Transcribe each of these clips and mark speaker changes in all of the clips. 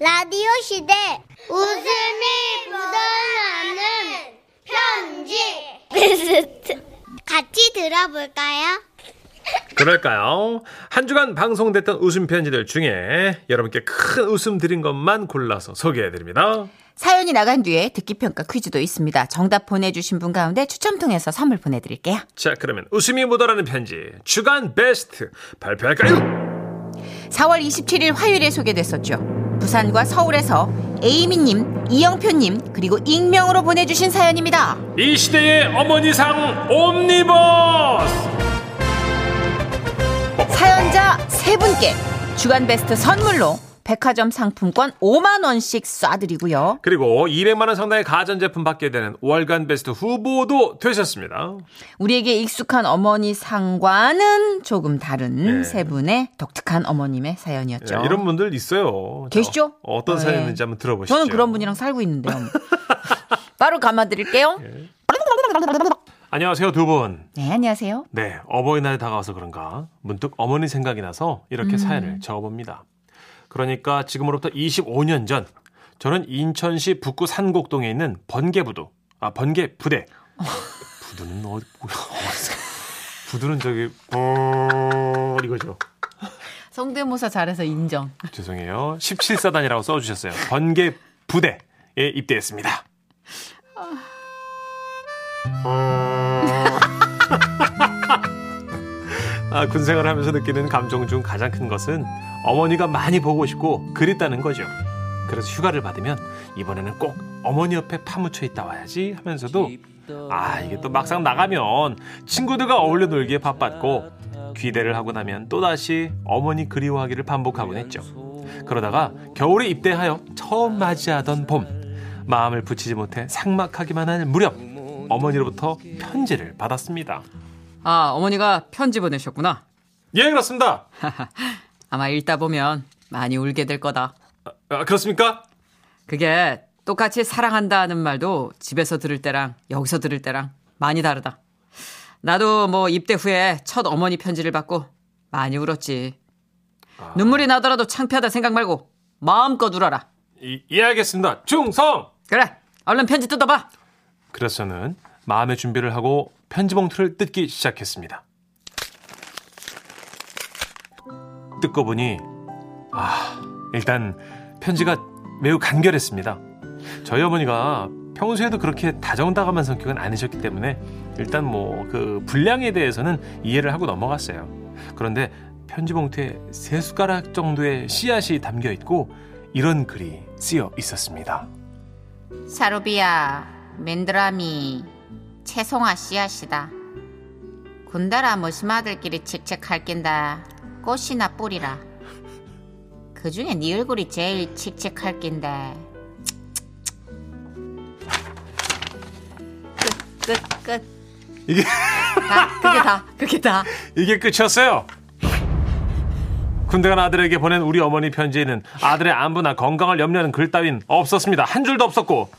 Speaker 1: 라디오 시대 웃음이 묻어나는 편지 같이 들어볼까요?
Speaker 2: 그럴까요? 한 주간 방송됐던 웃음 편지들 중에 여러분께 큰 웃음 드린 것만 골라서 소개해드립니다.
Speaker 3: 사연이 나간 뒤에 듣기 평가 퀴즈도 있습니다. 정답 보내주신 분 가운데 추첨 통해서 선물 보내드릴게요.
Speaker 2: 자, 그러면 웃음이 묻어라는 편지 주간 베스트 발표할까요?
Speaker 3: 4월 27일 화요일에 소개됐었죠. 부산과 서울에서 에이미님, 이영표님 그리고 익명으로 보내주신 사연입니다.
Speaker 2: 이 시대의 어머니상 옴니버스.
Speaker 3: 사연자 세분께 주간 베스트 선물로 백화점 상품권 5만 원씩 쏴드리고요.
Speaker 2: 그리고 200만 원 상당의 가전제품 받게 되는 월간 베스트 후보도 되셨습니다.
Speaker 3: 우리에게 익숙한 어머니 상과는 조금 다른
Speaker 2: 네.
Speaker 3: 세 분의 독특한 어머님의 사연이었죠.
Speaker 2: 자, 이런 분들 있어요.
Speaker 3: 그렇죠. 계시죠?
Speaker 2: 어, 어떤
Speaker 3: 어,
Speaker 2: 사연인지
Speaker 3: 예.
Speaker 2: 한번 들어보시죠.
Speaker 3: 저는 그런 분이랑 살고 있는데요. 따로 감아드릴게요.
Speaker 4: 예.
Speaker 2: 안녕하세요, 두 분.
Speaker 3: 네, 안녕하세요.
Speaker 2: 네, 어버이날이 다가와서 그런가 문득 어머니 생각이 나서 이렇게 사연을 적어봅니다. 그러니까 지금으로부터 25년 전 저는 인천시 북구 산곡동에 있는 번개부도 아 번개 부대 부두는 어디 어디서- 부두는 저기 부 이거죠.
Speaker 3: 성대모사 잘해서 인정.
Speaker 2: 죄송해요. 17사단이라고 써주셨어요. 번개 부대에 입대했습니다. 아, 군생활 하면서 느끼는 감정 중 가장 큰 것은 어머니가 많이 보고 싶고 그립다는 거죠. 그래서 휴가를 받으면 이번에는 꼭 어머니 옆에 파묻혀 있다 와야지 하면서도 아 이게 또 막상 나가면 친구들과 어울려 놀기에 바빴고 귀대를 하고 나면 또다시 어머니 그리워하기를 반복하곤 했죠. 그러다가 겨울에 입대하여 처음 맞이하던 봄 마음을 붙이지 못해 삭막하기만 할 무렵 어머니로부터 편지를 받았습니다.
Speaker 4: 아, 어머니가 편지 보내셨구나.
Speaker 2: 예 그렇습니다.
Speaker 4: 아마 읽다 보면 많이 울게 될 거다.
Speaker 2: 아, 그렇습니까?
Speaker 4: 그게 똑같이 사랑한다 하는 말도 집에서 들을 때랑 여기서 들을 때랑 많이 다르다. 나도 뭐 입대 후에 첫 어머니 편지를 받고 많이 울었지.
Speaker 3: 아.
Speaker 4: 눈물이 나더라도 창피하다 생각 말고 마음껏 울어라.
Speaker 2: 이, 이해하겠습니다. 충성!
Speaker 4: 그래, 얼른 편지 뜯어봐.
Speaker 2: 그래서 저는 마음의 준비를 하고 편지봉투를 뜯기 시작했습니다. 뜯고 보니, 아, 일단 편지가 매우 간결했습니다. 저희 어머니가 평소에도 그렇게 다정다감한 성격은 아니셨기 때문에 일단 뭐 그 분량에 대해서는 이해를 하고 넘어갔어요. 그런데 편지봉투에 세 숟가락 정도의 씨앗이 담겨 있고 이런 글이 쓰여 있었습니다.
Speaker 5: 사루비야, 맨드라미, 채송아 씨앗이다. 군다라 머시마들끼리 칙칙할 낀다. 꽃이나 뿌리라. 그 중에 네 얼굴이 제일 칙칙할 낀데. 끝, 끝, 끝.
Speaker 2: 이게
Speaker 5: 다, 그게 다, 그게 다.
Speaker 2: 이게 끝이었어요. 군대 간 아들에게 보낸 우리 어머니 편지에는 아들의 안부나 건강을 염려하는 글 따윈 없었습니다. 한 줄도 없었고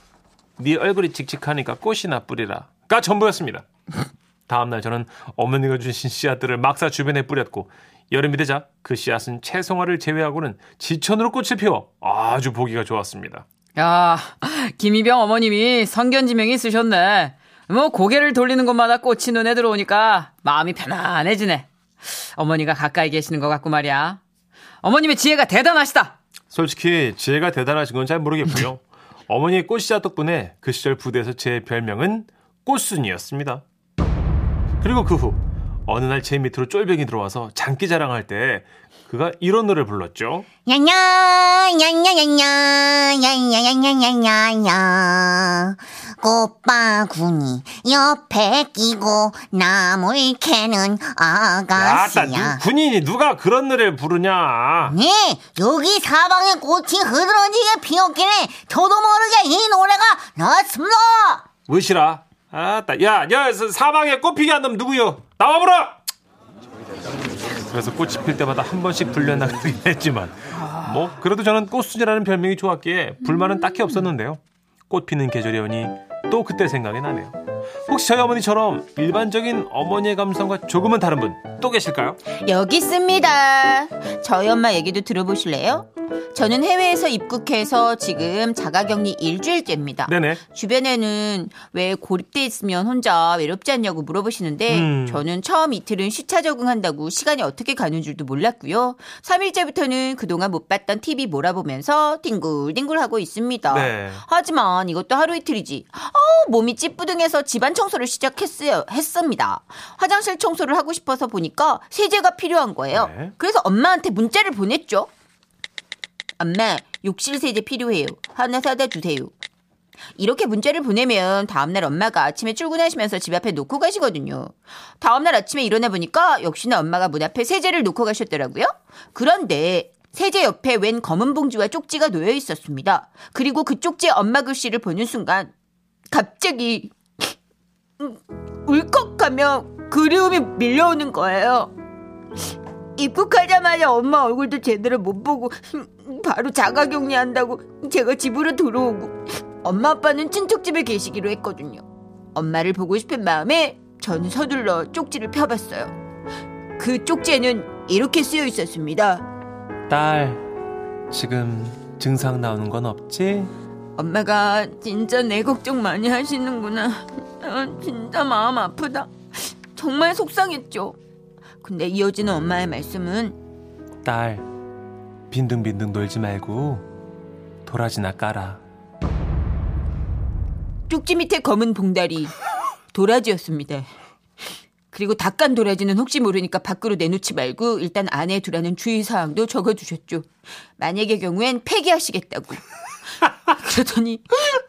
Speaker 2: 네 얼굴이 칙칙하니까 꽃이나 뿌리라가 전부였습니다. 다음날 저는 어머니가 주신 씨앗들을 막사 주변에 뿌렸고 여름이 되자 그 씨앗은 채송화를 제외하고는 지천으로 꽃을 피워 아주 보기가 좋았습니다.
Speaker 4: 야, 김희병 어머님이 성견지명이 있으셨네. 뭐 고개를 돌리는 곳마다 꽃이 눈에 들어오니까 마음이 편안해지네. 어머니가 가까이 계시는 것 같고 말이야. 어머님의 지혜가 대단하시다.
Speaker 2: 솔직히 지혜가 대단하신 건 잘 모르겠고요. 어머니의 꽃시자 덕분에 그 시절 부대에서 제 별명은 꽃순이였습니다. 그리고 그 후 어느 날 제 밑으로 쫄병이 들어와서 장기 자랑할 때 그가 이런 노래 불렀죠.
Speaker 1: 야야야야야야야야야야야야 꽃바구니 옆에 끼고 나물 캐는
Speaker 2: 아따 누,
Speaker 1: 아가씨야
Speaker 2: 군인이 누가 그런 노래를 부르냐.
Speaker 1: 네 여기 사방에 꽃이 흐드러지게 피었기에 저도 모르게 이 노래가 나왔습니다
Speaker 2: 으시라. 아따 야야 사방에 꽃 피게 한 놈 누구요? 나와보라. 그래서 꽃이 필 때마다 한 번씩 불려나가긴 했지만 뭐 그래도 저는 꽃순이라는 별명이 좋았기에 불만은 딱히 없었는데요. 꽃 피는 계절이 오니 또 그때 생각이 나네요. 혹시 저희 어머니처럼 일반적인 어머니의 감성과 조금은 다른 분 또 계실까요?
Speaker 3: 여기 있습니다. 저희 엄마 얘기도 들어보실래요?
Speaker 5: 저는 해외에서 입국해서 지금 자가격리 일주일째입니다.
Speaker 2: 네네.
Speaker 5: 주변에는 왜 고립돼 있으면 혼자 외롭지 않냐고 물어보시는데
Speaker 2: 음.
Speaker 5: 저는 처음 이틀은 시차 적응한다고 시간이 어떻게 가는 줄도 몰랐고요. 3일째부터는 그동안 못 봤던 TV 몰아보면서 뒹굴뒹굴 하고 있습니다.
Speaker 2: 네.
Speaker 5: 하지만 이것도 하루 이틀이지. 아우, 몸이 찌뿌둥해서 집안 청소를 시작했어요. 했습니다. 화장실 청소를 하고 싶어서 보니까 세제가 필요한 거예요.
Speaker 2: 네.
Speaker 5: 그래서 엄마한테 문자를 보냈죠. 엄마, 욕실 세제 필요해요. 하나 사다 주세요. 이렇게 문자를 보내면 다음날 엄마가 아침에 출근하시면서 집 앞에 놓고 가시거든요. 다음날 아침에 일어나 보니까 역시나 엄마가 문 앞에 세제를 놓고 가셨더라고요. 그런데 세제 옆에 웬 검은 봉지와 쪽지가 놓여 있었습니다. 그리고 그 쪽지에 엄마 글씨를 보는 순간 갑자기 음, 울컥하며 그리움이 밀려오는 거예요. 입국하자마자 엄마 얼굴도 제대로 못 보고 바로 자가격리한다고 제가 집으로 들어오고 엄마 아빠는 친척집에 계시기로 했거든요. 엄마를 보고 싶은 마음에 저는 서둘러 쪽지를 펴봤어요. 그 쪽지에는 이렇게 쓰여 있었습니다.
Speaker 2: 딸, 지금 증상 나오는 건 없지?
Speaker 5: 엄마가 진짜 내 걱정 많이 하시는구나. 아, 진짜 마음 아프다. 정말 속상했죠. 근데 이어지는 엄마의 말씀은
Speaker 2: 딸, 빈둥빈둥 놀지 말고 도라지나 깔아.
Speaker 5: 쪽지 밑에 검은 봉다리 도라지였습니다. 그리고 닭간 도라지는 혹시 모르니까 밖으로 내놓지 말고 일단 안에 두라는 주의사항도 적어주셨죠. 만약의 경우엔 폐기하시겠다고. 그러더니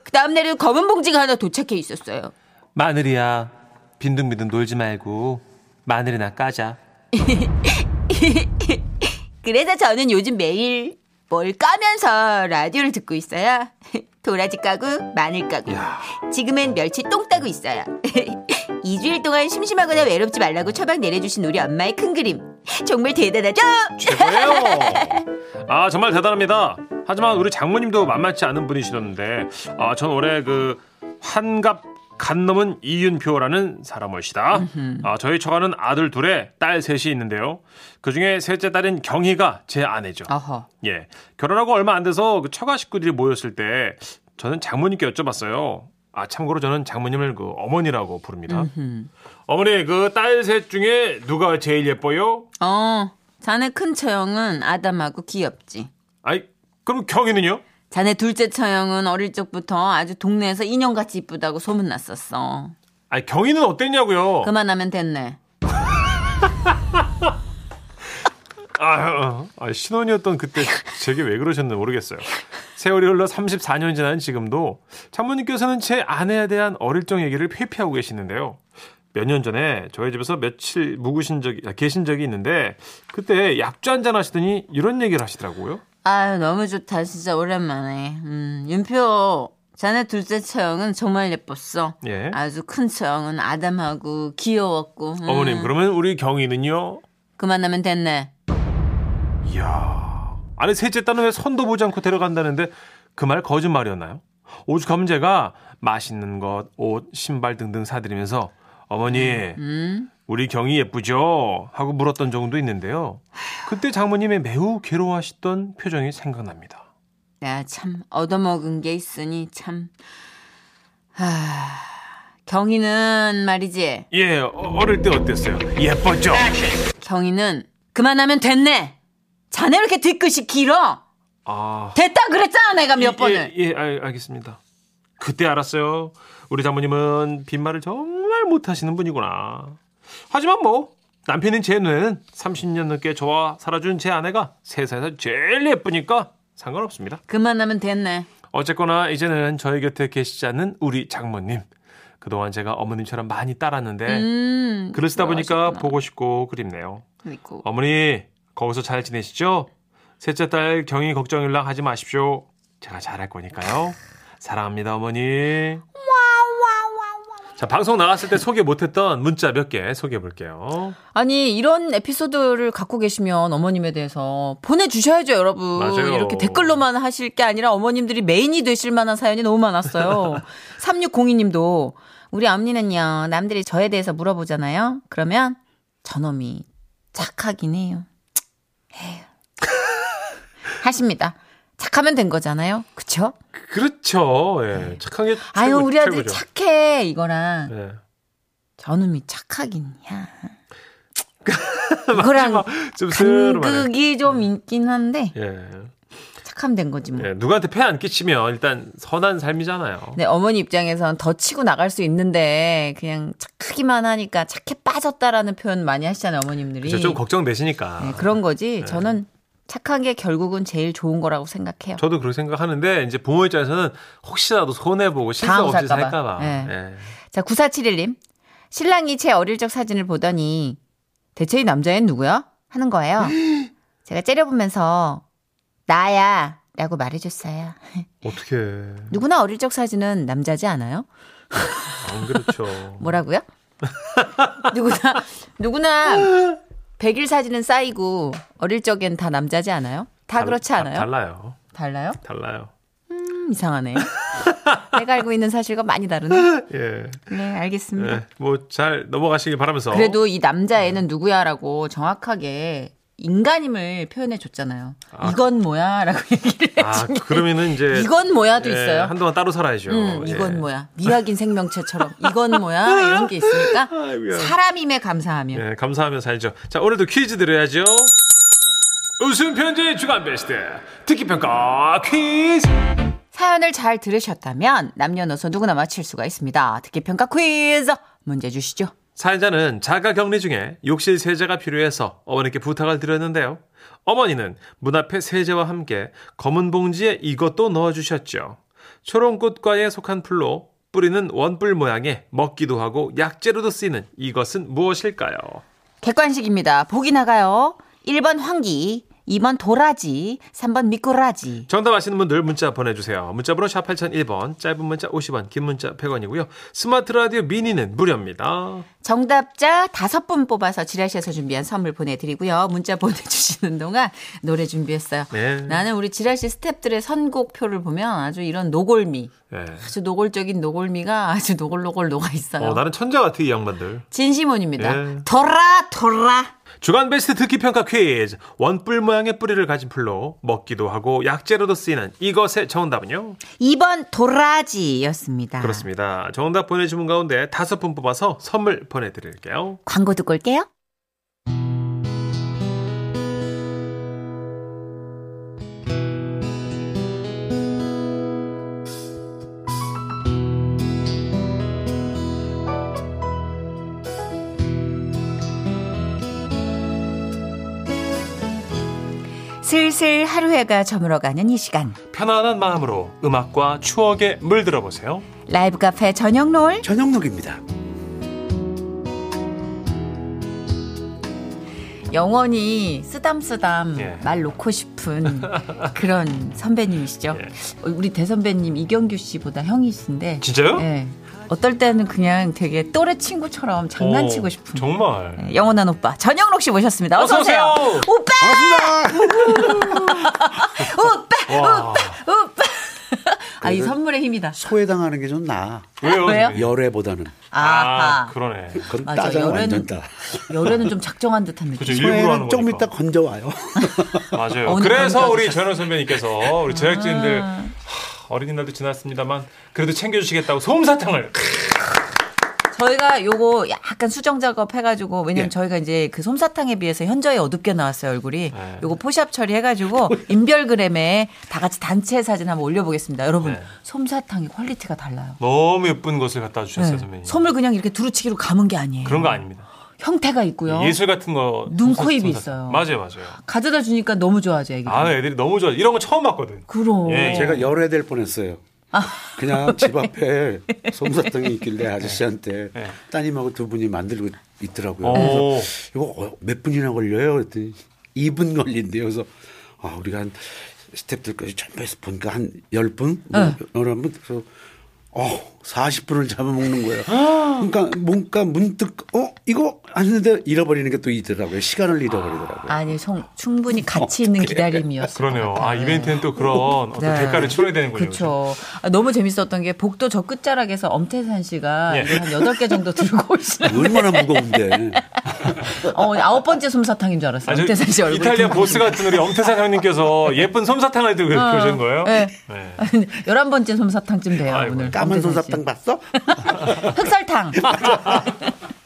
Speaker 5: 그 다음날은 검은 봉지가 하나 도착해 있었어요.
Speaker 2: 마늘이야, 빈둥빈둥 놀지 말고 마늘이나 까자.
Speaker 5: 그래서 저는 요즘 매일 뭘 까면서 라디오를 듣고 있어요. 도라지 까고 마늘 까고 지금은 멸치 똥 따고 있어요. 2주일 동안 심심하거나 외롭지 말라고 처방 내려주신 우리 엄마의 큰 그림 정말 대단하죠?
Speaker 2: 최고예요. 아 정말 대단합니다. 하지만 우리 장모님도 만만치 않은 분이시던데, 아, 전 올해 그 환갑 간 넘은 이윤표라는 사람 오시다. 아, 저희 처가는 아들 둘에 딸 셋이 있는데요. 그 중에 셋째 딸인 경희가 제 아내죠.
Speaker 4: 어허.
Speaker 2: 예. 결혼하고 얼마 안 돼서 그 처가 식구들이 모였을 때 저는 장모님께 여쭤봤어요. 아, 참고로 저는 장모님을 그 어머니라고 부릅니다. 어머니, 그 딸 셋 중에 누가 제일 예뻐요?
Speaker 4: 어, 자네 큰 처형은 아담하고 귀엽지.
Speaker 2: 아이, 그럼 경희는요?
Speaker 4: 자네 둘째 처형은 어릴 적부터 아주 동네에서 인형같이 이쁘다고 소문났었어.
Speaker 2: 아이, 경희는 어땠냐고요?
Speaker 4: 그만하면 됐네.
Speaker 2: 아, 아, 신혼이었던 그때 제게 왜 그러셨나 모르겠어요. 세월이 흘러 34년 지난 지금도 장모님께서는 제 아내에 대한 어릴 적 얘기를 회피하고 계시는데요. 몇 년 전에 저희 집에서 며칠 묵으신 적이 아, 계신 적이 있는데 그때 약주 한잔 하시더니 이런 얘기를 하시더라고요.
Speaker 4: 아유, 너무 좋다. 진짜 오랜만에. 음, 윤표, 자네 둘째 처형은 정말 예뻤어.
Speaker 2: 예.
Speaker 4: 아주 큰 처형은 아담하고 귀여웠고. 음,
Speaker 2: 어머님, 그러면 우리 경희는요?
Speaker 4: 그만하면 됐네.
Speaker 2: 이야. 아니 셋째 딸은 왜 선도 보지 않고 데려간다는데 그 말 거짓말이었나요? 오죽하면 제가 맛있는 것, 옷, 신발 등등 사드리면서 어머니 우리 경이 예쁘죠? 하고 물었던 적도 있는데요. 그때 장모님의 매우 괴로워하시던 표정이 생각납니다.
Speaker 4: 내가 참 얻어먹은 게 있으니 참.
Speaker 5: 아,
Speaker 4: 하... 경희는 말이지.
Speaker 2: 예, 어- 어릴 때 어땠어요? 예뻤죠?
Speaker 4: 경희는 그만하면 됐네. 자네 왜 이렇게 뒤끝이 길어?
Speaker 2: 아,
Speaker 4: 됐다 그랬잖아 내가 몇
Speaker 2: 예,
Speaker 4: 번을.
Speaker 2: 예, 알, 알겠습니다. 그때 알았어요. 우리 장모님은 빈말을 정말 못하시는 분이구나. 하지만 뭐 남편인 제 눈에는 30년 넘게 저와 살아준 제 아내가 세상에서 제일 예쁘니까 상관없습니다.
Speaker 4: 그만하면 됐네.
Speaker 2: 어쨌거나 이제는 저희 곁에 계시지 않는 우리 장모님. 그동안 제가 어머님처럼 많이 따랐는데
Speaker 4: 음.
Speaker 2: 글을 쓰다 보니까
Speaker 4: 그러셨구나.
Speaker 2: 보고 싶고 그립네요.
Speaker 4: 아이고.
Speaker 2: 어머니 거기서 잘 지내시죠? 셋째 딸 경희 걱정 연락 하지 마십시오. 제가 잘할 거니까요. 사랑합니다 어머니. 자 방송 나갔을 때 소개 못했던 문자 몇 개 소개해 볼게요.
Speaker 4: 아니 이런 에피소드를 갖고 계시면 어머님에 대해서 보내주셔야죠 여러분.
Speaker 2: 맞아요.
Speaker 4: 이렇게 댓글로만 하실 게 아니라 어머님들이 메인이 되실 만한 사연이 너무 많았어요. 3602님도 우리 앞니는요 남들이 저에 대해서 물어보잖아요. 그러면 저놈이 착하긴 해요. 에휴.
Speaker 3: 하십니다. 착하면 된 거잖아요. 그쵸?
Speaker 2: 그렇죠. 예. 착한 게 최고,
Speaker 3: 네. 아유, 우리 아들
Speaker 2: 최고죠.
Speaker 3: 착해. 이거랑
Speaker 2: 예.
Speaker 3: 전우미 착하긴야. 이거랑
Speaker 2: 좀 스르마네.
Speaker 3: 간극이 좀 있긴 한데
Speaker 2: 예.
Speaker 3: 착하면 된 거지 뭐.
Speaker 2: 음. 예. 누구한테 폐 안 끼치면 일단 선한 삶이잖아요.
Speaker 3: 네, 어머니 입장에선 더 치고 나갈 수 있는데 그냥 착하기만 하니까 착해 빠졌다라는 표현 많이 하시잖아요, 어머님들이.
Speaker 2: 그렇죠. 좀 예. 걱정되시니까.
Speaker 3: 네, 그런 거지. 저는 착한 게 결국은 제일 좋은 거라고 생각해요.
Speaker 2: 저도 그렇게 생각하는데 이제 부모 입장에서는 혹시라도 손해 보고 실수
Speaker 3: 다음
Speaker 2: 없이
Speaker 3: 살까봐.
Speaker 2: 살까봐.
Speaker 3: 예.
Speaker 2: 예.
Speaker 3: 자, 9471님. 신랑이 제 어릴 적 사진을 보더니 대체 이 남자애는 누구야? 하는 거예요. 제가 째려보면서 나야 라고 말해줬어요.
Speaker 2: 어떻게 안
Speaker 3: 누구나 어릴 적 사진은 남자지 않아요?
Speaker 2: 그렇죠.
Speaker 3: 뭐라고요? 누구나 누구나 100일 사진은 쌓이고 어릴 적엔 다 남자지 않아요? 다
Speaker 2: 달-
Speaker 3: 그렇지
Speaker 2: 다-
Speaker 3: 않아요?
Speaker 2: 달라요.
Speaker 3: 달라요?
Speaker 2: 달라요.
Speaker 3: 음, 이상하네. 내가 알고 있는 사실과 많이 다르네.
Speaker 2: 예.
Speaker 3: 네, 알겠습니다.
Speaker 2: 예. 뭐 잘 넘어가시길 바라면서.
Speaker 3: 그래도 이 남자애는 누구야라고 정확하게 인간임을 표현해 줬잖아요.
Speaker 2: 아.
Speaker 3: 이건 뭐야라고 얘기를 해.
Speaker 2: 아, 그러면은 이제
Speaker 3: 이건 뭐야도
Speaker 2: 예,
Speaker 3: 있어요.
Speaker 2: 한동안 따로 살아야죠.
Speaker 3: 음,
Speaker 2: 예.
Speaker 3: 이건 뭐야? 미확인 생명체처럼 이건 뭐야? 이런 게 있으니까
Speaker 2: 아이고야.
Speaker 3: 사람임에 감사하며
Speaker 2: 예, 감사하며 살죠. 자, 오늘도 퀴즈 드려야죠. 웃음 편지 주간 베스트 듣기 평가 퀴즈.
Speaker 3: 사연을 잘 들으셨다면 남녀노소 누구나 맞힐 수가 있습니다. 듣기 평가 퀴즈 문제 주시죠.
Speaker 2: 사연자는 자가 격리 중에 욕실 세제가 필요해서 어머니께 부탁을 드렸는데요. 어머니는 문 앞에 세제와 함께 검은 봉지에 이것도 넣어주셨죠. 초롱꽃과에 속한 풀로 뿌리는 원뿔 모양의 먹기도 하고 약재로도 쓰이는 이것은 무엇일까요?
Speaker 3: 객관식입니다. 보기 나가요. 1번 황기, 2번 도라지, 3번 미꾸라지.
Speaker 2: 정답 아시는 분들 문자 보내주세요. 문자번호 샵 8001번, 짧은 문자 50원, 긴 문자 100원이고요. 스마트 라디오 미니는 무료입니다.
Speaker 3: 정답자 5분 뽑아서 지라시에서 준비한 선물 보내드리고요. 문자 보내주시는 동안 노래 준비했어요.
Speaker 2: 네.
Speaker 3: 나는 우리 지라시 스탭들의 선곡표를 보면 아주 이런 노골미,
Speaker 2: 예.
Speaker 3: 아주 노골적인 노골미가 아주 노골노골 녹아 있어요.
Speaker 2: 어, 나는 천재 같아, 이 양반들.
Speaker 3: 진심원입니다.
Speaker 2: 예.
Speaker 3: 돌아 돌아.
Speaker 2: 주간 베스트 듣기 평가 퀴즈. 원뿔 모양의 뿌리를 가진 풀로 먹기도 하고 약재로도 쓰이는 이것의 정답은요?
Speaker 3: 2번 도라지였습니다.
Speaker 2: 그렇습니다. 정답 보내주신 분 가운데 다섯 분 뽑아서 선물 보내드릴게요.
Speaker 3: 광고 듣고 올게요. 슬슬 하루해가 저물어가는 이 시간
Speaker 2: 편안한 마음으로 음악과 추억에 물들어 보세요.
Speaker 3: 라이브 카페 저녁 롤
Speaker 6: 전영록입니다.
Speaker 3: 영원히 쓰담쓰담
Speaker 2: 예.
Speaker 3: 말 놓고 싶은 그런 선배님이시죠.
Speaker 2: 예.
Speaker 3: 어, 우리 대선배님 이경규 씨보다 형이신데
Speaker 2: 진짜요?
Speaker 3: 예. 어떨 때는 그냥 되게 또래 친구처럼 장난치고
Speaker 2: 오,
Speaker 3: 싶은
Speaker 2: 어, 정말.
Speaker 3: 예, 영원한 오빠 전영록 씨 모셨습니다. 어서,
Speaker 2: 어서 오세요.
Speaker 3: 오빠!
Speaker 6: 반갑습니다.
Speaker 3: 오빠!
Speaker 2: 와.
Speaker 3: 오빠! 아, 이 선물의 힘이다.
Speaker 6: 소외당하는 게 좀 나아.
Speaker 2: 왜요?
Speaker 3: 왜요?
Speaker 2: 선생님?
Speaker 6: 열애보다는.
Speaker 3: 아하.
Speaker 2: 아, 그러네.
Speaker 6: 그건
Speaker 3: 맞아,
Speaker 6: 따져
Speaker 3: 열애는
Speaker 6: 완전 따.
Speaker 3: 열애는 좀 작정한 듯한 느낌.
Speaker 2: 그죠, 일부러 하는
Speaker 6: 소외는 조금
Speaker 2: 거니까.
Speaker 6: 이따 건져와요.
Speaker 2: 맞아요.
Speaker 3: 어느 아.
Speaker 2: 그래서
Speaker 3: 감사하셨어요.
Speaker 2: 우리 전현 선배님께서 우리 제작진들 하, 어린이날도 지났습니다만 그래도 챙겨주시겠다고 솜사탕을
Speaker 3: 저희가 요거 약간 수정 작업 해가지고 왜냐면
Speaker 6: 예.
Speaker 3: 저희가 이제 그 솜사탕에 비해서 현저히 어둡게 나왔어요 얼굴이
Speaker 2: 네.
Speaker 3: 요거 포샵 처리해가지고 인별그램에 다 같이 단체 사진 한번 올려보겠습니다 여러분
Speaker 2: 네.
Speaker 3: 솜사탕의 퀄리티가 달라요
Speaker 2: 너무 예쁜 곳을 갖다 주셨어요,
Speaker 3: 네.
Speaker 2: 선배님.
Speaker 3: 솜을 그냥 이렇게 두루치기로 감은 게 아니에요
Speaker 2: 그런 거 아닙니다.
Speaker 3: 형태가 있고요
Speaker 2: 예술 같은 거.
Speaker 3: 음. 눈, 코, 입이
Speaker 2: 손사-
Speaker 3: 있어요.
Speaker 2: 맞아요, 맞아요.
Speaker 3: 가져다 주니까 너무 좋아하죠 애기들
Speaker 2: 아, 애들이 너무 좋아. 이런 거 처음 봤거든.
Speaker 3: 그럼
Speaker 2: 예,
Speaker 6: 제가 열애될 뻔했어요. 그냥 집 앞에 솜사탕이 있길래 아저씨한테
Speaker 2: 네.
Speaker 6: 따님하고 두 분이 만들고 있더라고요. 그래서
Speaker 2: 오,
Speaker 6: 이거 어, 몇 분이나 걸려요? 그랬더니 2분 걸린대요. 그래서 아, 우리가 한 스탭들까지 전부해서 보니까 한 10분? 어. 여러분 그래서 어, 40분을 잡아먹는 거예요. 그러니까 뭔가 문득 어 이거 하는데 잃어버리는 게 또 있더라고요. 시간을 잃어버리더라고요.
Speaker 7: 아니, 성, 충분히 가치 있는 기다림이었어요.
Speaker 2: 그러네요. 아 이벤트는 또 그런 어떤
Speaker 7: 네.
Speaker 2: 대가를 치러야 되는군요.
Speaker 7: 그렇죠. 아, 너무 재밌었던 게 복도 저 끝자락에서 엄태산 씨가
Speaker 2: 예.
Speaker 7: 이거 한 여덟 개 정도 들고 오시는
Speaker 6: 얼마나 무거운데.
Speaker 7: 어, 아홉 번째 솜사탕인 줄 알았어요.
Speaker 2: 아주
Speaker 7: 엄태산 씨 얼굴.
Speaker 2: 이탈리아 보스 같은 우리 엄태산 형님께서 예쁜 솜사탕을 들고 이렇게 오신 거예요?
Speaker 7: 네.
Speaker 2: 네.
Speaker 3: 아,
Speaker 7: 11번째 솜사탕쯤 돼요,
Speaker 2: 아이고.
Speaker 7: 오늘.
Speaker 3: 네.
Speaker 6: 까만
Speaker 7: 엄태산 씨.
Speaker 6: 손사탕 봤어?
Speaker 7: 흑설탕.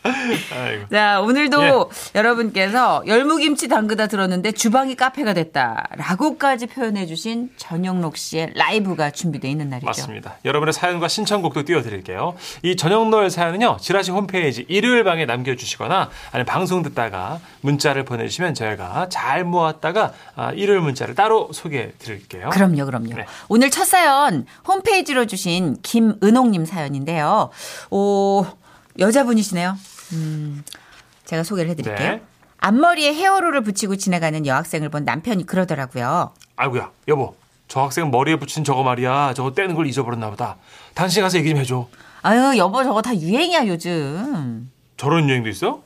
Speaker 2: 아이고.
Speaker 3: 자,
Speaker 2: 예.
Speaker 3: 오늘도 여러분께서 열무김치 담그다 들었는데 주방이 카페가 됐다. 라고까지 표현해주신 전영록 씨의 라이브가 준비되어 있는 날이죠.
Speaker 2: 맞습니다. 여러분의 사연과 신청곡도 띄워드릴게요. 이 저녁노을 사연은요, 지라시 홈페이지 일요일 방에 남겨주시거나, 아니, 방송 듣다가 문자를 보내주시면 저희가 잘 모았다가 아, 일요일 문자를 따로 소개해드릴게요.
Speaker 3: 그럼요, 그럼요.
Speaker 2: 네.
Speaker 3: 오늘 첫 사연 홈페이지로 주신 김은옥님 사연인데요. 오, 여자분이시네요. 음, 제가 소개를 해드릴게요.
Speaker 2: 네.
Speaker 3: 앞머리에 헤어롤을 붙이고 지나가는 여학생을 본 남편이 그러더라고요.
Speaker 2: 아이고야, 여보. 저 학생 머리에 붙인 저거 말이야. 저거 떼는 걸 잊어버렸나 보다. 당신 가서 얘기 좀 해줘.
Speaker 3: 아유, 여보 저거 다 유행이야 요즘.
Speaker 2: 저런 유행도 있어?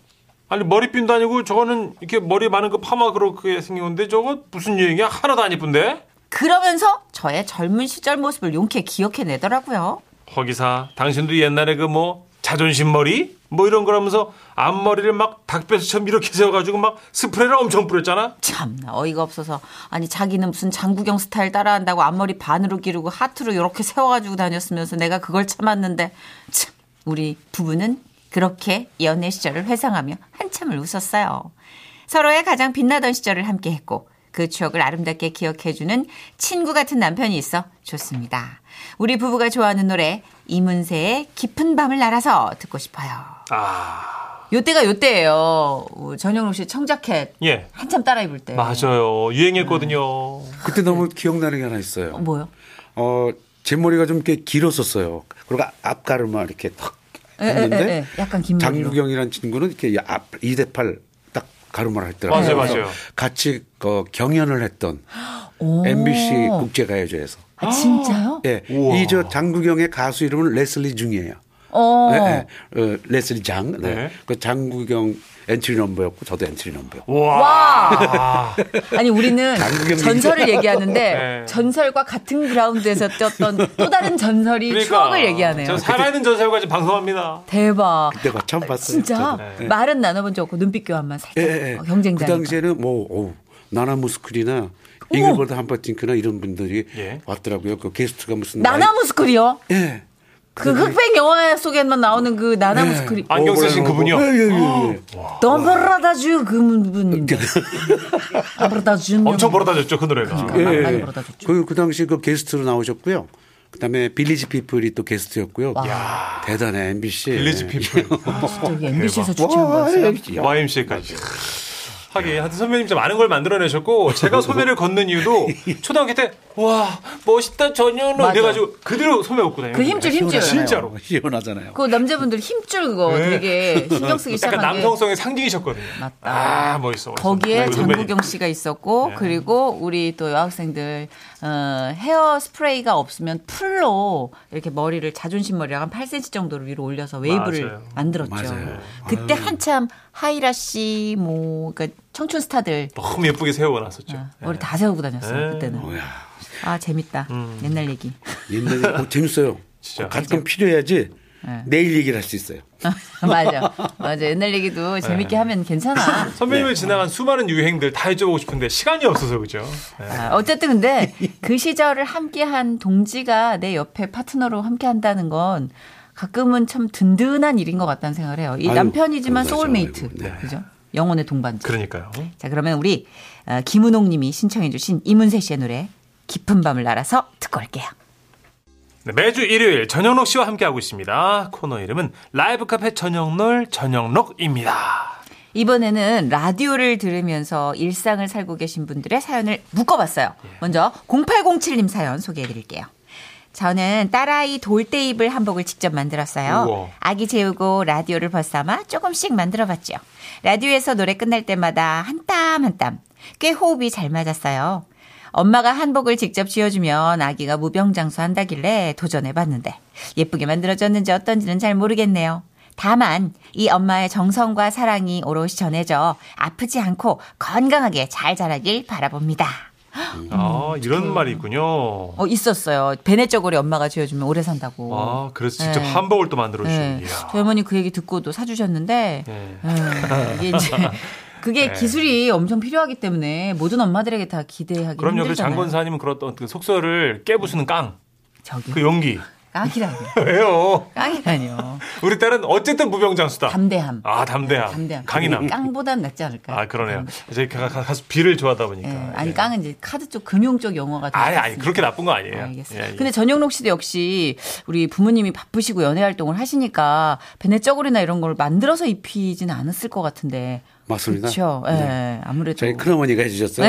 Speaker 2: 아니 머리핀도 아니고 저거는 이렇게 머리에 많은 그 파마 그렇게 생긴 건데 저거 무슨 유행이야? 하나도 안 이쁜데?
Speaker 3: 그러면서 저의 젊은 시절 모습을 용케 기억해내더라고요.
Speaker 2: 허기사 당신도 옛날에 그 뭐 자존심 머리 뭐 이런 거라면서 앞머리를 막 닭뼈처럼 이렇게 세워가지고 막 스프레이를 엄청 뿌렸잖아
Speaker 3: 참나 어이가 없어서 아니 자기는 무슨 장구경 스타일 따라한다고 앞머리 반으로 기르고 하트로 이렇게 세워가지고 다녔으면서 내가 그걸 참았는데 참 우리 부부는 그렇게 연애 시절을 회상하며 한참을 웃었어요. 서로의 가장 빛나던 시절을 함께했고 그 추억을 아름답게 기억해주는 친구 같은 남편이 있어 좋습니다. 우리 부부가 좋아하는 노래 이문세의 깊은 밤을 날아서 듣고 싶어요.
Speaker 2: 아
Speaker 3: 요때가 요때예요. 어, 전영록 씨 청자켓
Speaker 2: 예.
Speaker 3: 한참 따라 입을 때.
Speaker 2: 맞아요 유행했거든요
Speaker 6: 그때 너무 기억나는 게 하나 있어요.
Speaker 3: 뭐요?
Speaker 6: 어, 제 머리가 좀 이렇게 길었었어요. 그리고 앞가르마 이렇게 탁
Speaker 3: 예,
Speaker 6: 했는데
Speaker 3: 에, 에, 에. 약간 긴 머리로.
Speaker 6: 장국영이라는 친구는 이렇게 앞 2대 8 딱 가르마를 했더라고요.
Speaker 2: 맞아요,
Speaker 6: 그래서
Speaker 2: 맞아요.
Speaker 6: 같이 어, 경연을 했던 MBC 국제가요제에서.
Speaker 7: 아, 진짜요?
Speaker 6: 예,
Speaker 2: 우와.
Speaker 6: 이 저 장국영의 가수 이름은 레슬리 중이에요.
Speaker 7: 어.
Speaker 6: 예, 예. 어, 레슬리 장. 네.
Speaker 2: 네.
Speaker 6: 그 장국영 엔트리 넘버였고 저도 엔트리 넘버였고.
Speaker 2: 와
Speaker 7: 아니, 우리는
Speaker 6: 장국영
Speaker 7: 전설을 얘기하는데
Speaker 2: 네.
Speaker 7: 전설과 같은 그라운드에서 뛰었던 또 다른 전설이 추억을 얘기하네요.
Speaker 2: 그러니까. 저 살아있는 전설과 지금 방송합니다
Speaker 7: 대박.
Speaker 6: 그때가 처음 봤어요.
Speaker 7: 진짜
Speaker 6: 저도.
Speaker 2: 네.
Speaker 7: 말은 나눠본 적 없고 눈빛 교환만 살짝
Speaker 6: 예, 예.
Speaker 7: 어, 경쟁자.
Speaker 6: 그 당시에는 뭐 어우, 나나 무스쿨이나 잉글버드 함버팅크나 이런 분들이
Speaker 2: 예.
Speaker 6: 왔더라고요. 그 게스트가 무슨 라이-
Speaker 7: 나나무스쿨이요?
Speaker 6: 예.
Speaker 7: 그 흑백 영화 속에만 나오는 그 나나무스쿨이
Speaker 2: 안경 쓰신 그분이요?
Speaker 6: 예, 예,
Speaker 7: 어,
Speaker 6: 예, 예.
Speaker 7: 덤브라다주
Speaker 6: 어.
Speaker 7: 그분인데 덤브라다주
Speaker 2: 엄청 벌어다졌죠 그 노래가
Speaker 7: 그러니까. 많이
Speaker 6: 예, 예.
Speaker 7: 벌어다줬죠.
Speaker 6: 그, 그 당시 그 게스트로 나오셨고요. 그 다음에 빌리지 피플이 또 게스트였고요. 대단해, MBC.
Speaker 2: 빌리지 피플
Speaker 7: 저기 MBC에서
Speaker 6: 와, 예.
Speaker 7: 주최한 거였어요.
Speaker 6: MBC. 야,
Speaker 2: YMCA까지. 하긴 하여튼 선배님 참 많은 걸 만들어내셨고 제가 소매를 걷는 이유도 초등학교 때 와 멋있다 전현우 이래가지고 그대로 소매 걷고 다녀요. 어,
Speaker 7: 그 힘줄 힘줄.
Speaker 6: 아,
Speaker 2: 진짜로.
Speaker 6: 시원하잖아요.
Speaker 7: 그 남자분들 힘줄 그거
Speaker 2: 네.
Speaker 7: 되게 신경 쓰기
Speaker 2: 약간
Speaker 7: 시작한 게
Speaker 2: 남성성의 상징이셨거든요. 맞다. 아 멋있어. 멋있어.
Speaker 3: 거기에
Speaker 2: 그 선배님.
Speaker 3: 장국영 씨가 있었고
Speaker 2: 네.
Speaker 3: 그리고 우리 또 여학생들 어, 헤어 스프레이가 없으면 풀로 이렇게 머리를 자존심 머리랑 한 8cm 정도로 위로 올려서 웨이브를
Speaker 2: 맞아요.
Speaker 3: 만들었죠.
Speaker 6: 맞아요.
Speaker 3: 그때 한참 하이라 씨, 뭐 그러니까 청춘 스타들
Speaker 2: 너무 예쁘게 세워놨었죠.
Speaker 3: 머리 다 세우고 다녔어요
Speaker 2: 네. 음.
Speaker 3: 그때는.
Speaker 6: 뭐야.
Speaker 3: 아 재밌다. 옛날 얘기.
Speaker 6: 옛날에 어, 재밌어요.
Speaker 2: 진짜.
Speaker 6: 가끔 필요해야지
Speaker 7: 네.
Speaker 6: 내일 얘기를 할 수 있어요.
Speaker 3: 맞아, 맞아. 옛날
Speaker 2: 네.
Speaker 3: 얘기도 재밌게 하면 괜찮아.
Speaker 2: 선배님을 지나간 수많은 유행들 다 여쭤보고 싶은데 시간이 없어서 그죠. 네.
Speaker 3: 아, 어쨌든 근데 그 시절을 함께한 동지가 내 옆에 파트너로 함께한다는 건 가끔은 참 든든한 일인 것 같다는 생각을 해요. 이
Speaker 6: 아유,
Speaker 3: 남편이지만
Speaker 6: 맞아요.
Speaker 3: 소울메이트,
Speaker 6: 아이고, 네.
Speaker 3: 그죠? 영혼의 동반자.
Speaker 2: 그러니까요.
Speaker 3: 자 그러면 우리 어, 김은옥님이 신청해주신 이문세 씨의 노래 깊은 밤을 날아서 듣고 올게요.
Speaker 2: 네, 매주 일요일 전영록 씨와 함께하고 있습니다. 코너 이름은 라이브 카페 전영놀 전영록입니다. 아,
Speaker 3: 이번에는 라디오를 들으면서 일상을 살고 계신 분들의 사연을 묶어봤어요. 먼저 0807님 사연 소개해드릴게요. 저는 딸아이 돌대입을 한복을 직접 만들었어요.
Speaker 2: 우와.
Speaker 3: 아기 재우고 라디오를 벗삼아 조금씩 만들어봤죠. 라디오에서 노래 끝날 때마다 한 땀 한 땀 꽤 호흡이 잘 맞았어요. 엄마가 한복을 직접 지어주면 아기가 무병장수한다길래 도전해봤는데 예쁘게 만들어졌는지 어떤지는 잘 모르겠네요. 다만 이 엄마의 정성과 사랑이 오롯이 전해져 아프지 않고 건강하게 잘 자라길 바라봅니다.
Speaker 2: 아, 이런 말이 있군요.
Speaker 3: 음, 어 있었어요. 베네 쪼고리 엄마가 지어주면 오래 산다고.
Speaker 2: 아, 그래서 직접
Speaker 3: 네.
Speaker 2: 한복을 또 만들어 주시는
Speaker 3: 네.
Speaker 2: 이야.
Speaker 3: 저희 어머니 그 얘기 듣고도 사주셨는데
Speaker 2: 예.
Speaker 3: 예, 이게 이제
Speaker 2: 네.
Speaker 3: 그게 기술이 엄청 필요하기 때문에 모든 엄마들에게 다 기대하기
Speaker 2: 그럼요. 그
Speaker 3: 힘들잖아요.
Speaker 2: 장건사님은 그런 어떤 그 속설을 깨부수는 깡,
Speaker 3: 저기
Speaker 2: 그 용기.
Speaker 3: 깡이라니
Speaker 2: 왜요?
Speaker 3: 깡이라니요.
Speaker 2: 우리 딸은 어쨌든 무병장수다.
Speaker 3: 담대함.
Speaker 2: 아, 담대함.
Speaker 3: 네, 담대함.
Speaker 2: 강인함.
Speaker 3: 깡보단 낫지 않을까.
Speaker 2: 아, 그러네요. 저희 가- 가- 가수 비를 좋아하다 보니까.
Speaker 3: 예, 아니
Speaker 2: 예.
Speaker 3: 깡은 이제 카드 쪽 금융 쪽 용어가 더
Speaker 2: 아니, 아니,
Speaker 3: 있었으니까.
Speaker 2: 그렇게 나쁜 거 아니에요.
Speaker 3: 알겠어요.
Speaker 2: 예, 예.
Speaker 3: 근데 전영록 씨도 역시 우리 부모님이 바쁘시고 연애 활동을 하시니까 베네 쪼그리나 이런 걸 만들어서 입히진 않았을 것 같은데.
Speaker 6: 맞습니다. 네.
Speaker 3: 그렇죠. 예. 아무래도
Speaker 6: 저희 큰어머니가
Speaker 7: 네.
Speaker 6: 해주셨어요.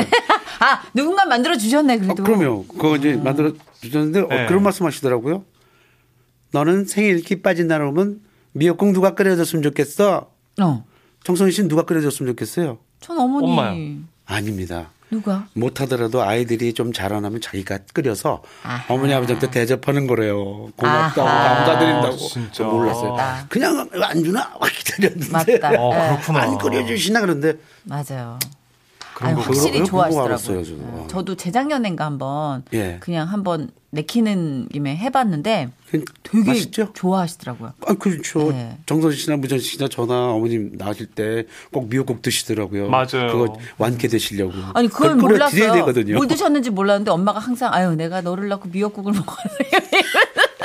Speaker 3: 아, 누군가 만들어 주셨네,
Speaker 6: 아,
Speaker 3: 그래도. 음.
Speaker 6: 그럼요. 그거 이제 만들어 주셨는데 어,
Speaker 2: 네.
Speaker 6: 그런 말씀 하시더라고요. 너는 생일 기 빠진 날 오면 미역국 누가 끓여줬으면 좋겠어.
Speaker 3: 어.
Speaker 6: 정성희 씨는 누가 끓여줬으면 좋겠어요?
Speaker 3: 전 어머니.
Speaker 2: 엄마요.
Speaker 6: 아닙니다.
Speaker 3: 누가?
Speaker 6: 못하더라도 아이들이 좀 자라나면 자기가 끓여서 어머니 아버지한테 대접하는 거래요. 고맙다고 감사드린다고.
Speaker 2: 진짜.
Speaker 6: 저 몰랐어요.
Speaker 3: 맞다.
Speaker 6: 그냥 안 주나 확 기다렸는데
Speaker 3: 맞다.
Speaker 2: 어, 그렇구나.
Speaker 6: 안 끓여주시나 그런데
Speaker 3: 맞아요.
Speaker 2: 그런
Speaker 3: 아유,
Speaker 2: 거구나.
Speaker 3: 확실히
Speaker 6: 그거
Speaker 3: 좋아하시더라고요.
Speaker 6: 알았어요, 저도.
Speaker 3: 어, 저도 재작년인가 한번
Speaker 6: 예.
Speaker 3: 그냥 한번 내키는 김에 해봤는데
Speaker 6: 그냥
Speaker 3: 되게
Speaker 6: 맛있죠?
Speaker 3: 좋아하시더라고요.
Speaker 6: 아, 그렇죠.
Speaker 3: 네.
Speaker 6: 정선희 씨나 무전 씨나 저나 어머님 나실 때 꼭 미역국 드시더라고요.
Speaker 2: 맞아요.
Speaker 6: 그거 완쾌 되시려고.
Speaker 3: 아니 그걸
Speaker 6: 그걸
Speaker 3: 몰랐어요.
Speaker 6: 끓여드려야 되거든요.
Speaker 3: 뭐 드셨는지 몰랐는데 엄마가 항상 아유 내가 너를 낳고 미역국을 먹었어요.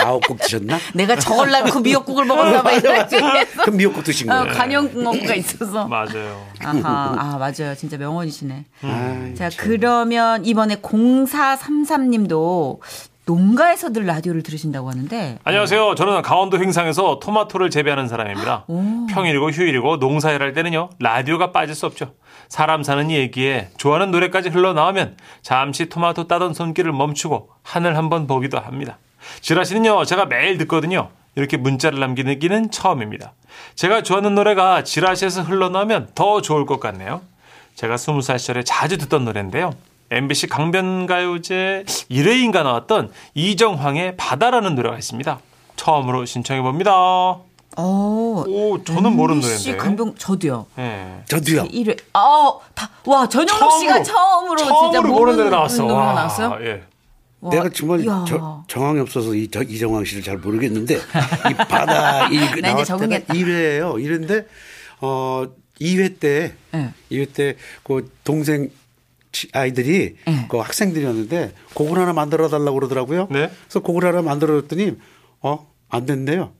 Speaker 6: 아홉 국 드셨나?
Speaker 3: 내가 저걸 낳고 미역국을 먹었나 봐 이러지.
Speaker 6: 그럼 미역국 드신
Speaker 3: 아,
Speaker 6: 거예요.
Speaker 3: 관용구멍구가 있어서.
Speaker 2: 맞아요.
Speaker 3: 아하, 아 맞아요, 진짜 명언이시네.
Speaker 2: 음.
Speaker 6: 아이,
Speaker 3: 자 그러면 이번에 0433님도 농가에서 늘 라디오를 들으신다고 하는데
Speaker 2: 안녕하세요. 저는 강원도 횡상에서 토마토를 재배하는 사람입니다. 평일이고 휴일이고 농사일 할 때는요. 라디오가 빠질 수 없죠. 사람 사는 얘기에 좋아하는 노래까지 흘러나오면 잠시 토마토 따던 손길을 멈추고 하늘 한번 보기도 합니다. 지라시는요. 제가 매일 듣거든요. 이렇게 문자를 남기는 기는 처음입니다. 제가 좋아하는 노래가 지라시에서 흘러나오면 더 좋을 것 같네요. 제가 스무 살 시절에 자주 듣던 노래인데요. MBC 강변가요제 1회인가 나왔던 이정황의 바다라는 노래가 있습니다. 처음으로 신청해 봅니다. 오,
Speaker 3: 어
Speaker 2: 저는 모르는
Speaker 3: 씨
Speaker 2: 노래인데.
Speaker 3: 강병 저도요. 그
Speaker 2: 예.
Speaker 6: 저도요.
Speaker 3: 1회 어, 아와 전영록 씨가 처음으로 진짜
Speaker 2: 처음으로 모르는 노래 나왔어.
Speaker 3: 노래가
Speaker 2: 와,
Speaker 3: 나왔어요?
Speaker 2: 예.
Speaker 3: 와,
Speaker 6: 내가 정말
Speaker 3: 이야.
Speaker 6: 저- 정황이 없어서 이, 저, 이정황 씨를 잘 모르겠는데 이 바다 이
Speaker 3: 이제
Speaker 6: 나왔
Speaker 3: 적응했다.
Speaker 6: 1회예요. 1회인데 어 2회 때
Speaker 3: 네.
Speaker 6: 2회 때 그 동생 치- 아이들이
Speaker 3: 예.
Speaker 6: 그 학생들이었는데 곡을 하나 만들어 달라고 그러더라고요.
Speaker 2: 네.
Speaker 6: 그래서 곡을 하나 만들어 줬더니 어 안 된대요.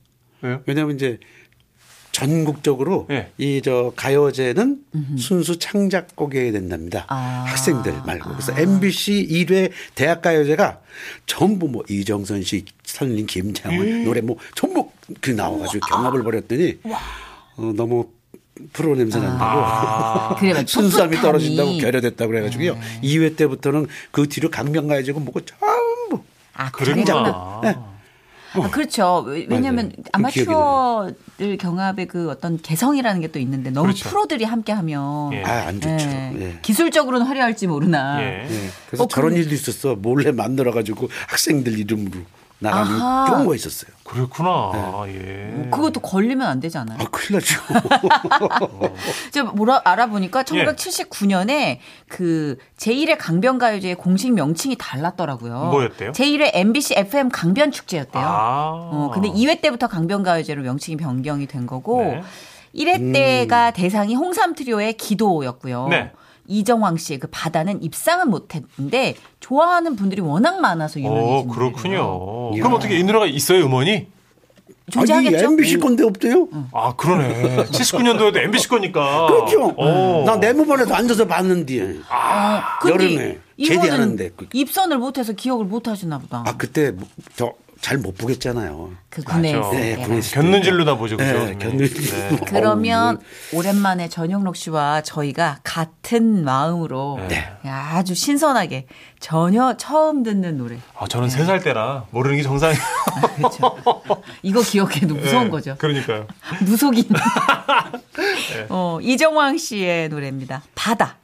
Speaker 2: 왜요?
Speaker 6: 왜냐면 이제 전국적으로
Speaker 2: 예.
Speaker 6: 이 저 가요제는 순수 창작곡이어야 된답니다.
Speaker 3: 아.
Speaker 6: 학생들 말고. 그래서 MBC 1회 대학 가요제가 전부 뭐 이정선 씨, 선린 김장훈
Speaker 2: 음.
Speaker 6: 노래 뭐 전부 그 나와가지고 경합을 벌였더니 어, 너무 프로 냄새 난다고
Speaker 3: 아. 그래 맞- 풋풋함이.
Speaker 6: 순수함이
Speaker 3: 네.
Speaker 6: 떨어진다고 결여됐다고 그래가지고요. 2회 때부터는 그 뒤로 강명가요제고 뭐고 네. 전부
Speaker 3: 아,
Speaker 2: 그랬구나.
Speaker 3: 아, 그렇죠. 왜-
Speaker 2: 네,
Speaker 3: 왜냐면
Speaker 6: 맞아요. 그 기억이
Speaker 3: 아마추어들 경합의 그 어떤 개성이라는 게 또 있는데 너무
Speaker 2: 그렇죠.
Speaker 3: 프로들이 함께 하면
Speaker 2: 예.
Speaker 6: 아 안 좋죠.
Speaker 3: 예.
Speaker 6: 예.
Speaker 3: 기술적으로는 화려할지 모르나.
Speaker 2: 예.
Speaker 6: 예, 그래서 저런 일도 있었어. 몰래 만들어가지고 학생들 이름으로 나가는
Speaker 3: 아하.
Speaker 6: 경우가 있었어요.
Speaker 2: 그렇구나. 예.
Speaker 3: 그것도 걸리면 안 되지 않아요?
Speaker 6: 아, 큰일 나죠.
Speaker 2: 그
Speaker 3: 제가 뭐라
Speaker 2: 예.
Speaker 3: 알아보니까 1979년에 그 제1의 강변가요제의 공식 명칭이 달랐더라고요.
Speaker 2: 뭐였대요?
Speaker 3: 제1의 MBC FM 강변축제였대요.
Speaker 2: 아.
Speaker 3: 어, 근데 2회 때부터 강변가요제로 명칭이 변경이 된 거고
Speaker 2: 네.
Speaker 6: 음.
Speaker 3: 1회 때가 대상이 홍삼 트리오의 기도였고요.
Speaker 2: 네.
Speaker 3: 이정황 씨의 그 바다는 입상은 못했는데 좋아하는 분들이 워낙 많아서
Speaker 2: 어,
Speaker 3: 유명해진 노래예요.
Speaker 2: 그렇군요. 그럼 어떻게 이 노래가 있어요, 음원이?
Speaker 6: 아니, 그
Speaker 3: 존재하겠죠?
Speaker 6: MBC 건데 없대요?
Speaker 3: 음.
Speaker 2: 아, 그러네. 79년도에도 MBC 거니까.
Speaker 6: 그렇죠.
Speaker 2: 어.
Speaker 6: 나 네모반에도 앉아서 봤는데.
Speaker 3: 아, 근데
Speaker 6: 여름에
Speaker 3: 이분은
Speaker 6: 제대하는데 그-
Speaker 3: 입선을 못해서 기억을 못하시나 보다.
Speaker 6: 아, 그때 저 잘 못 보겠잖아요.
Speaker 3: 그 군에 있을
Speaker 2: 맞아.
Speaker 6: 네,
Speaker 3: 때.
Speaker 6: 보냈을 때.
Speaker 2: 곁눈질로나 보죠, 그죠?
Speaker 6: 네, 곁눈질로.
Speaker 2: 네.
Speaker 3: 그러면
Speaker 6: 어우,
Speaker 3: 오랜만에 전영록 씨와 저희가 같은 마음으로
Speaker 2: 네.
Speaker 3: 아주 신선하게 전혀 처음 듣는 노래.
Speaker 2: 아, 저는 세 살 때라 모르는 게 정상이에요.
Speaker 3: 이거 기억해도 무서운
Speaker 2: 네,
Speaker 3: 거죠.
Speaker 2: 그러니까요. 네.
Speaker 3: 무속인. 어, 이정황 씨의 노래입니다. 바다.